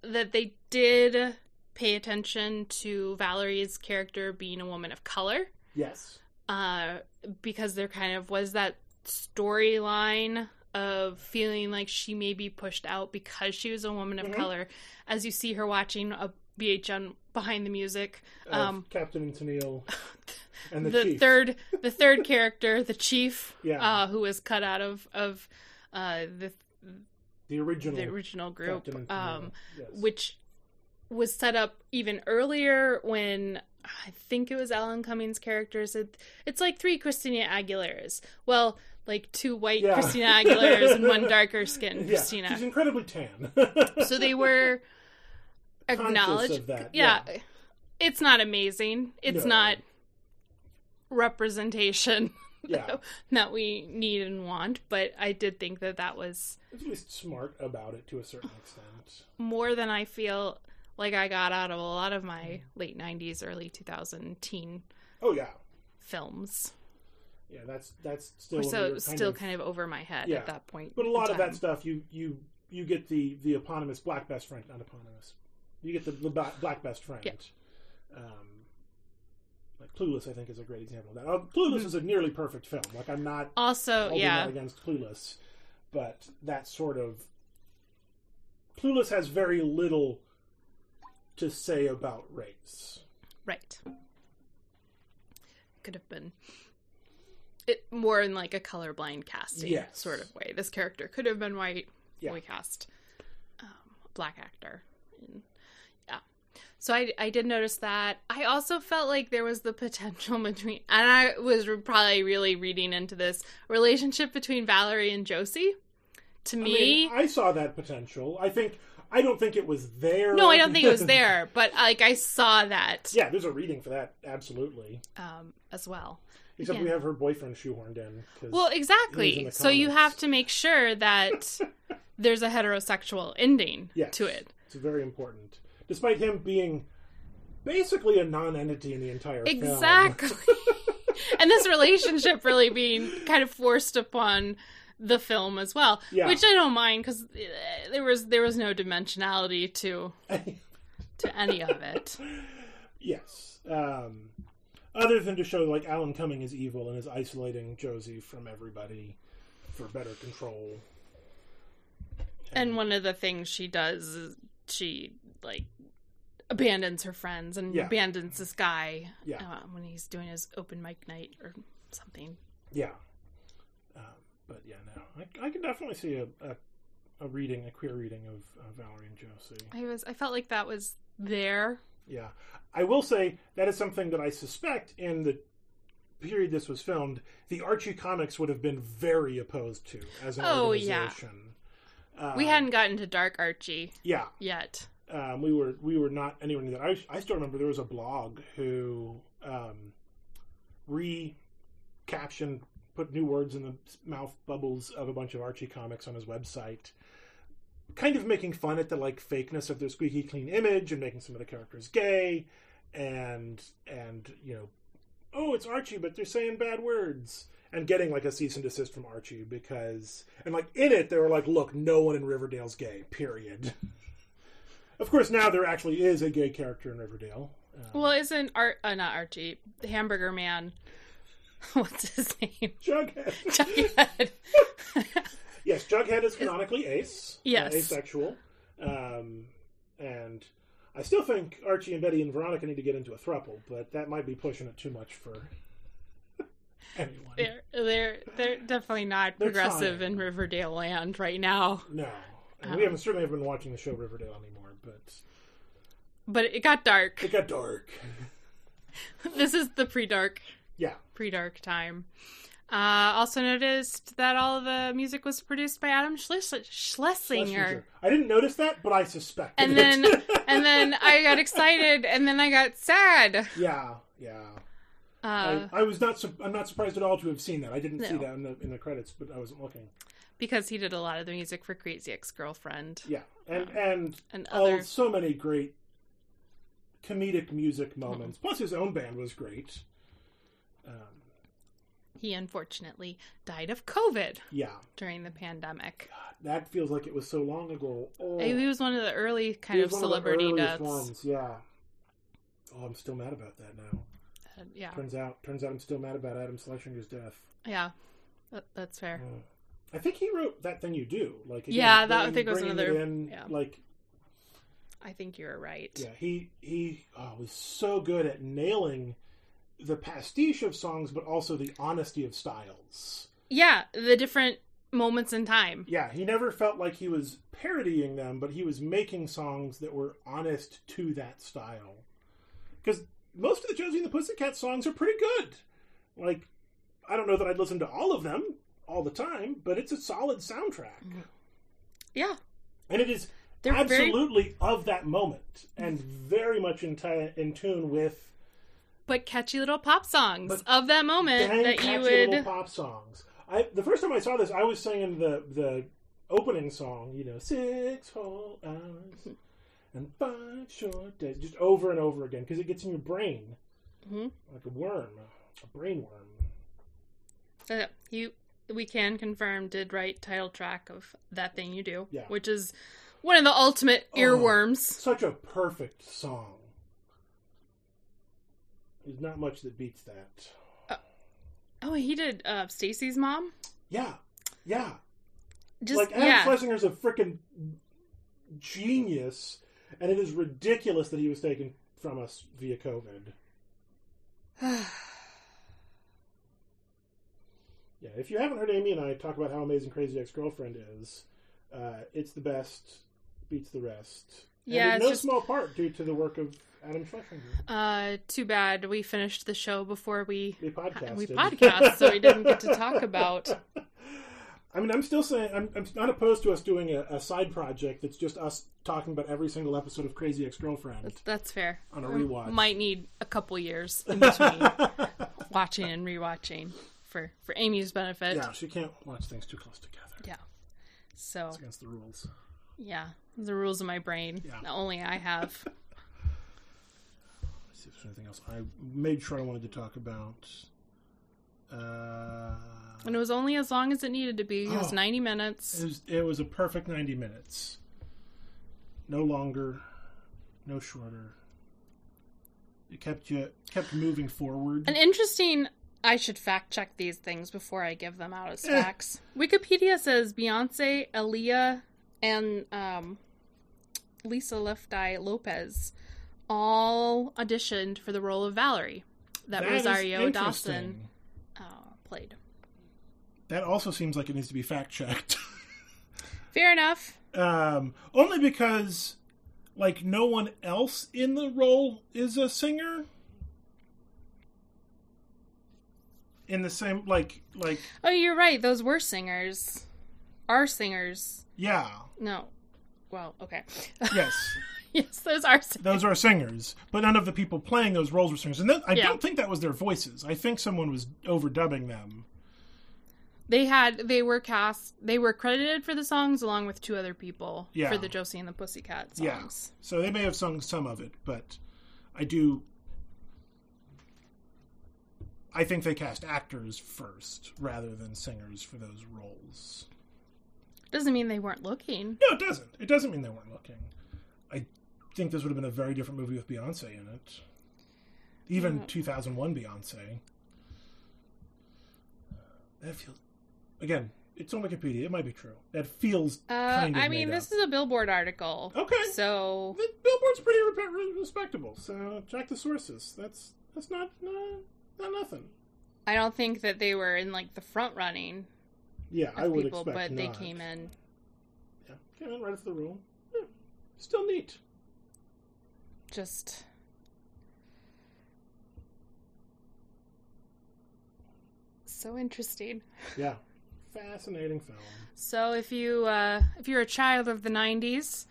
B: that they did pay attention to Valerie's character being a woman of color.
A: Yes.
B: uh, because there kind of was that storyline of feeling like she may be pushed out because she was a woman of
A: Mhm.
B: color, as you see her watching a BHN behind the music.
A: of
B: Um,
A: Captain and
B: [laughs]
A: Tennille and
B: The,
A: the, chief.
B: third, the third character, the chief,
A: yeah,
B: uh, who was cut out of of uh, the
A: the original,
B: the original group.
A: Captain and Tennille.
B: Um,
A: Yes.
B: which was set up even earlier when I think it was Alan Cummings' characters. It, it's like three Christina Aguilera's. Well, like two white
A: Yeah.
B: Christina Aguilera's and one darker
A: [laughs]
B: skinned
A: Yeah, she's
B: Christina.
A: incredibly tan. [laughs]
B: So they were
A: Conscious
B: acknowledged.
A: of that,
B: Yeah. It's not amazing. It's
A: No.
B: not representation [laughs]
A: yeah,
B: that we need and want, but I did think that that was
A: it's at least smart about it to a
B: [laughs]
A: certain extent.
B: more than I feel like I got out of a lot of my late 90s, early 2000 teen
A: Oh yeah,
B: films.
A: yeah. That's that's still
B: so
A: we
B: it
A: were
B: was still kind of over my head
A: Yeah.
B: at that point.
A: But a lot
B: in
A: of that
B: time.
A: stuff, you you you get the the eponymous black best friend, not eponymous. You get the, the ba- black best friend.
B: Yeah.
A: Um, like Clueless, I think, is a great example of that. Uh, Clueless is a nearly perfect film. Like I'm not holding
B: Also, Hmm. Oh, yeah,
A: that against Clueless, but that sort of Clueless has very little to say about race.
B: Right. Could have been it more in like a colorblind casting
A: Yes.
B: sort of way. This character could have been white.
A: Yeah.
B: We cast um, a black actor. And, yeah. So I I did notice that. I also felt like there was the potential [laughs] between, and I was re- probably really reading into this relationship between Valerie and Josie. To
A: I
B: me,
A: mean, I saw that potential. I think I don't think it was there.
B: No, I don't think it
A: [laughs]
B: was there, but like I saw that
A: yeah, there's a reading for that absolutely.
B: um, as well.
A: Except
B: Yeah.
A: we have her boyfriend shoehorned in. 'cause-
B: Well,
A: It was in
B: exactly.
A: the
B: So you
A: comments.
B: have to make
A: [laughs]
B: sure that there's a heterosexual ending
A: Yes.
B: to it.
A: It's very important. Despite him being basically a non-entity in the entire film.
B: Exactly. and this relationship really being kind of forced upon the film as well,
A: Yeah.
B: which I don't mind because there was there was no dimensionality to to any of it.
A: [laughs] yes. Um, other than to show like Alan Cumming is evil and is isolating Josie from everybody for better control.
B: And one of the things she does is she like abandons her friends and
A: Yeah.
B: abandons this guy
A: Yeah.
B: uh, when he's doing his open mic night or something.
A: Yeah. Um, but yeah, no, I, I can definitely see a, a a reading, a queer reading of uh, Valerie and Josie.
B: I was I felt like that was there.
A: Yeah, I will say that is something that I suspect in the period this was filmed, the Archie comics would have been very opposed to as an
B: Oh, yeah.
A: organization. Yeah.
B: we hadn't gotten to Dark Archie
A: Yeah,
B: yet.
A: um, we were we were not anywhere near that. I, I still remember there was a blog who um, re-captioned, put new words in the mouth bubbles of a bunch of Archie comics on his website, kind of making fun at the like fakeness of their squeaky clean image and making some of the characters gay, and and you know, oh it's Archie, but they're saying bad words. And getting like a cease and desist from Archie because, and like in it, they were like, "Look, no one in Riverdale's gay." Period. Of course, now there actually is a gay character in Riverdale. Um,
B: Well, isn't Art uh, not Archie the Hamburger Man? [laughs] What's his name? [laughs]
A: Jughead.
B: Jughead.
A: yes, Jughead is canonically ace. uh,
B: Yes.
A: asexual. Um, and I still think Archie and Betty and Veronica need to get into a thruple, but that might be pushing it too much for [laughs] anyone.
B: they're they're they're definitely not
A: They're
B: progressive
A: trying.
B: in Riverdale land right now.
A: No. And
B: Um.
A: we haven't certainly haven't been watching the show Riverdale anymore, but
B: But it got dark. [laughs]
A: it got dark.
B: this is the pre-dark
A: Yeah.
B: pre-dark time uh also noticed that all of the music was produced by adam Schles- schlesinger
A: Schlesinger. I didn't notice that, but I suspected.
B: and
A: it.
B: then
A: [laughs]
B: and then i got excited and then i got sad
A: yeah, yeah.
B: uh
A: I, I was not. Su- I'm not surprised at all to have seen that. I didn't see
B: No.
A: that in the in the credits, but I wasn't looking.
B: because he did a lot of the music for crazy ex-girlfriend
A: Yeah, and
B: Um,
A: and
B: and
A: oh,
B: other
A: so many great comedic music moments. Plus, his own band was great. Um,
B: he unfortunately died of covid
A: yeah,
B: during the pandemic
A: that feels like it was so long ago. Oh,
B: he was one of the early kind
A: he
B: of
A: was one the
B: celebrity
A: earliest
B: deaths
A: ones, Yeah. Oh, I'm still mad about that now.
B: Uh, yeah
A: Turns out, turns out, I'm still mad about Adam Schlesinger's death.
B: yeah that, that's fair
A: Mm. I think he wrote that thing you do. Like again,
B: Yeah, that I
A: bringing-
B: think was
A: bringing it
B: another-
A: in,
B: yeah.
A: Like
B: i think you're right
A: Yeah, he he oh, was so good at nailing the pastiche of songs, but also the honesty of styles.
B: Yeah, the different moments in time.
A: Yeah, he never felt like he was parodying them, but he was making songs that were honest to that style. Because most of the Josie and the Pussycat songs are pretty good. Like, I don't know that I'd listen to all of them all the time, but it's a solid soundtrack,
B: Yeah,
A: and it is
B: Mm-hmm. they're very
A: absolutely of that moment and very much in, ti in tune with.
B: but catchy little pop songs
A: But
B: of that moment
A: Dang
B: that you
A: catchy
B: would.
A: little pop songs. I the first time I saw this, I was singing the the opening song. You know, six whole hours
B: Mm-hmm.
A: and five short days, just over and over again because it gets in your brain
B: Mhm.
A: like a worm, a brain worm.
B: Uh, you, we can confirm, did write title track of that thing you do,
A: Yeah.
B: which is one of the ultimate
A: Oh.
B: earworms.
A: Such a perfect song. There's not much that beats that.
B: Oh, he did uh, Stacy's mom.
A: Yeah, yeah.
B: Just
A: like Adam
B: yeah,
A: Schlesinger's a freaking genius, and it is ridiculous that he was taken from us via COVID. yeah, if you haven't heard Amy and I talk about how amazing Crazy Ex Girlfriend is, uh, it's the best, beats the rest. And
B: Yeah,
A: in
B: it's
A: no
B: just-
A: small part due to the work of Adam Schlesinger.
B: [sighs] Uh, too bad we finished the show before we
A: We podcasted.
B: we podcast, so we didn't get to talk about.
A: [laughs] I mean, I'm still saying I'm, I'm not opposed to us doing a, a side project that's just us talking about every single episode of Crazy Ex-Girlfriend
B: That's fair.
A: on a
B: We
A: rewatch.
B: Might need a couple years
A: [laughs]
B: in between watching and rewatching for for Amy's benefit.
A: yeah, she can't watch things too close together.
B: Yeah. So
A: It's against the rules.
B: yeah, the rules of my brain
A: Yeah.
B: that only I have.
A: Let's see if there's anything else. I made sure I wanted to talk about. Uh,
B: And it was only as long as it needed to be. It was
A: Oh.
B: 90
A: it,
B: minutes.
A: was, it was a perfect 90 minutes. No longer, no shorter. It kept you kept moving forward.
B: An interesting. I should fact check these things before I give them out as
A: Eh.
B: facts. Wikipedia says Beyonce, Aaliyah, and um, Lisa Left Eye Lopez all auditioned for the role of Valerie that,
A: That is
B: Rosario Dawson
A: interesting.
B: uh, played.
A: That also seems like it needs to be fact checked.
B: Fair enough.
A: um, only because, like, no one else in the role is a singer. In the same, like, like,
B: Oh, you're right. Those were singers. Are singers.
A: yeah,
B: No. Well, okay. [laughs]
A: yes,
B: yes, those are singers.
A: those are singers, but none of the people playing those roles were singers, and that, I
B: Yeah.
A: don't think that was their voices. I think someone was overdubbing them.
B: They had they were cast they were credited for the songs along with two other people
A: Yeah.
B: for the Josie and the Pussycat
A: Yeah.
B: songs.
A: So they may have sung some of it, but I do. I think they cast actors first rather than singers for those roles.
B: Doesn't mean they weren't looking.
A: No, it doesn't. It doesn't mean they weren't looking. I think this would have been a very different movie with Beyonce in it. Even
B: Yeah.
A: 2001 Beyonce. That feels. Again, it's on Wikipedia. It might be true. That feels
B: Uh,
A: kind of.
B: I mean,
A: made
B: this
A: up.
B: is a Billboard article.
A: Okay.
B: So
A: The billboard's pretty re- re- respectable, so check the sources. That's that's not no, not nothing.
B: I don't think that they were in like the front running
A: Yeah,
B: of
A: I would
B: people,
A: expect
B: but
A: not.
B: they came in.
A: Yeah, came in right after the rule. Yeah, still neat.
B: Just so interesting.
A: Yeah,
B: [laughs]
A: fascinating film.
B: So if you uh, if you're a child of the '90s,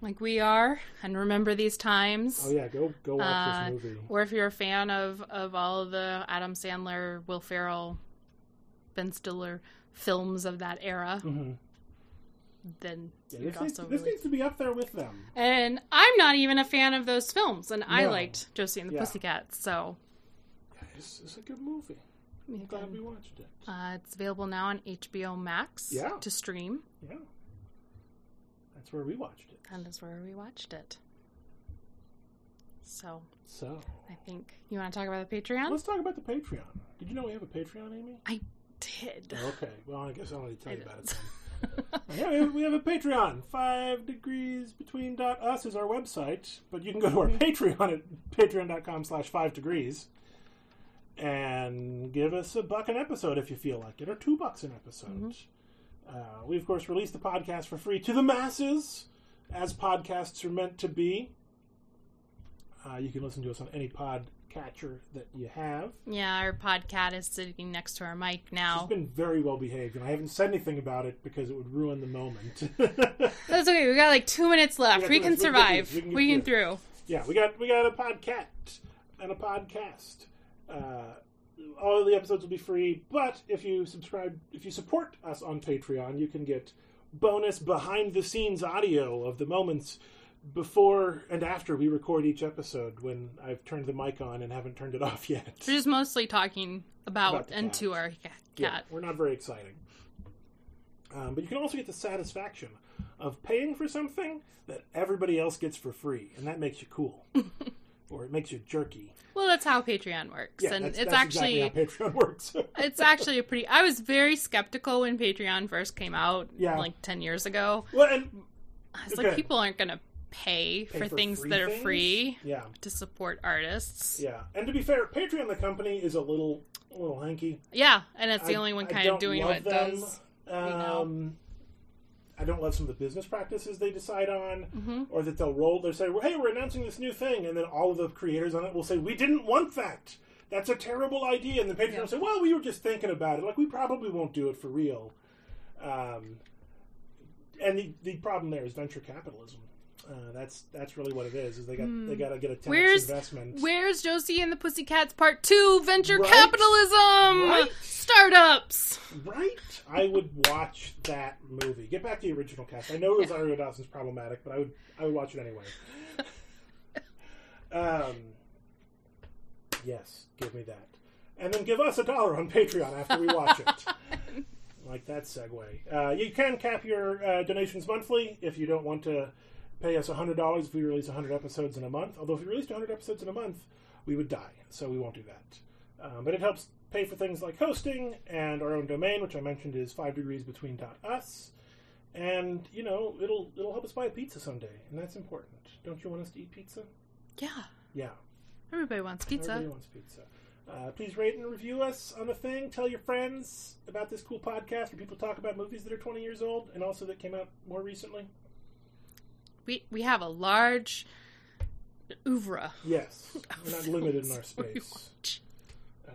B: like we are, and remember these times.
A: Oh yeah, go go watch
B: Uh,
A: this movie.
B: Or if you're a fan of, of all the Adam Sandler, Will Ferrell, Ben Stiller films of that era,
A: Mm-hmm.
B: then
A: Yeah,
B: you'd
A: this needs,
B: also
A: this
B: really.
A: needs to be up there with them.
B: And I'm not even a fan of those films, and I
A: No.
B: liked Josie and the
A: Yeah.
B: Pussycats, so
A: Yeah, it's, it's a good movie. I'm glad we watched it.
B: Um, uh, it's available now on HBO Max
A: Yeah.
B: to stream,
A: Yeah, that's where we watched it.
B: and is where we watched it. So
A: So
B: I think you want to talk about the Patreon.
A: let's talk about the Patreon. Did you know we have a Patreon, Amy?
B: I did.
A: Oh, Okay. Well, I guess I'll only tell
B: I
A: you about it
B: did.
A: then. [laughs] Yeah, we have, we have a Patreon. Five degrees between dot us is our website, but you can go to our Patreon at patreon.com slash five degrees and give us a buck an episode if you feel like it, or two bucks an episode. Uh, we, of course, release the podcast for free to the masses, as podcasts are meant to be. Uh, you can listen to us on any pod catcher that you have.
B: yeah, our podcast is sitting next to our mic now.
A: It's been very well behaved, and I haven't said anything about it because it would ruin the moment. [laughs]
B: That's okay. We got like two minutes left.
A: We got
B: We
A: two
B: can
A: minutes. We can get
B: survive.
A: through this. We can
B: We
A: get
B: can through.
A: yeah, we got we got a podcast and a podcast. Uh, all of the episodes will be free, but if you subscribe, if you support us on Patreon, you can get bonus behind the scenes audio of the moments before and after we record each episode when I've turned the mic on and haven't turned it [laughs] off yet.
B: We're just mostly talking about,
A: About the
B: and
A: cat.
B: to our ca-
A: Yeah,
B: cat.
A: we're not very exciting. Um, but you can also get the satisfaction of paying for something that everybody else gets for free, and that makes you cool, or it makes you jerky.
B: Well, that's how Patreon works,
A: Yeah,
B: and
A: that's,
B: it's
A: that's
B: actually
A: exactly how Patreon [laughs] works.
B: it's actually a pretty. I was very skeptical when Patreon first came out,
A: Yeah.
B: like ten years ago.
A: well, and
B: It's like
A: Good.
B: people aren't going to pay,
A: Pay
B: for, things
A: free
B: that are
A: things?
B: free
A: Yeah,
B: to support artists. Yeah,
A: yeah. And to be fair, Patreon the company is a little a little hanky.
B: and it's the
A: I-
B: only one
A: I
B: kind
A: don't
B: of doing
A: love
B: what it
A: them.
B: does. know.
A: Um, I don't love some of the business practices they decide on,
B: Mhm.
A: or that they'll roll. They'll say, well, "Hey, we're announcing this new thing," and then all of the creators on it will say, "We didn't want that. That's a terrible idea." And the Patreon
B: Yeah.
A: will say, "Well, we were just thinking about it. Like, we probably won't do it for real." Um, and the, the problem there is venture capitalism. Uh, that's that's really what it is. Is they got they got to get a 10x
B: Hmm. Where's-
A: investment.
B: Where's Josie and the Pussycats Part 2 Venture
A: Right?
B: Capitalism
A: Right?
B: Startups?
A: Right? I would watch that movie. Get back to the original cast. I know Rosario Dawson's problematic, but I would I would watch it anyway. um, yes, give me that, and then give us a dollar on Patreon after we watch it. like that segue. Uh, you can cap your uh, donations monthly if you don't want to pay us hundred dollars if we release hundred episodes in a month. Although if we released hundred episodes in a month, we would die, so we won't do that. Um, but it helps pay for things like hosting and our own domain, which I mentioned is five degrees between dot us. And you know, it'll it'll help us buy a pizza someday, and that's important. Don't you want us to eat pizza?
B: Yeah,
A: Yeah,
B: everybody wants pizza.
A: everybody wants pizza. Uh, please rate and review us on the thing. Tell your friends about this cool podcast where people talk about movies that are 20 years old and also that came out more recently.
B: We, we have a large oeuvre.
A: Yes, we're not limited in our
B: Films [laughs] we
A: space. Uh,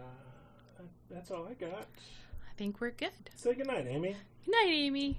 A: that- that's all I got.
B: I think we're good.
A: Say goodnight, Amy.
B: Good night, Amy.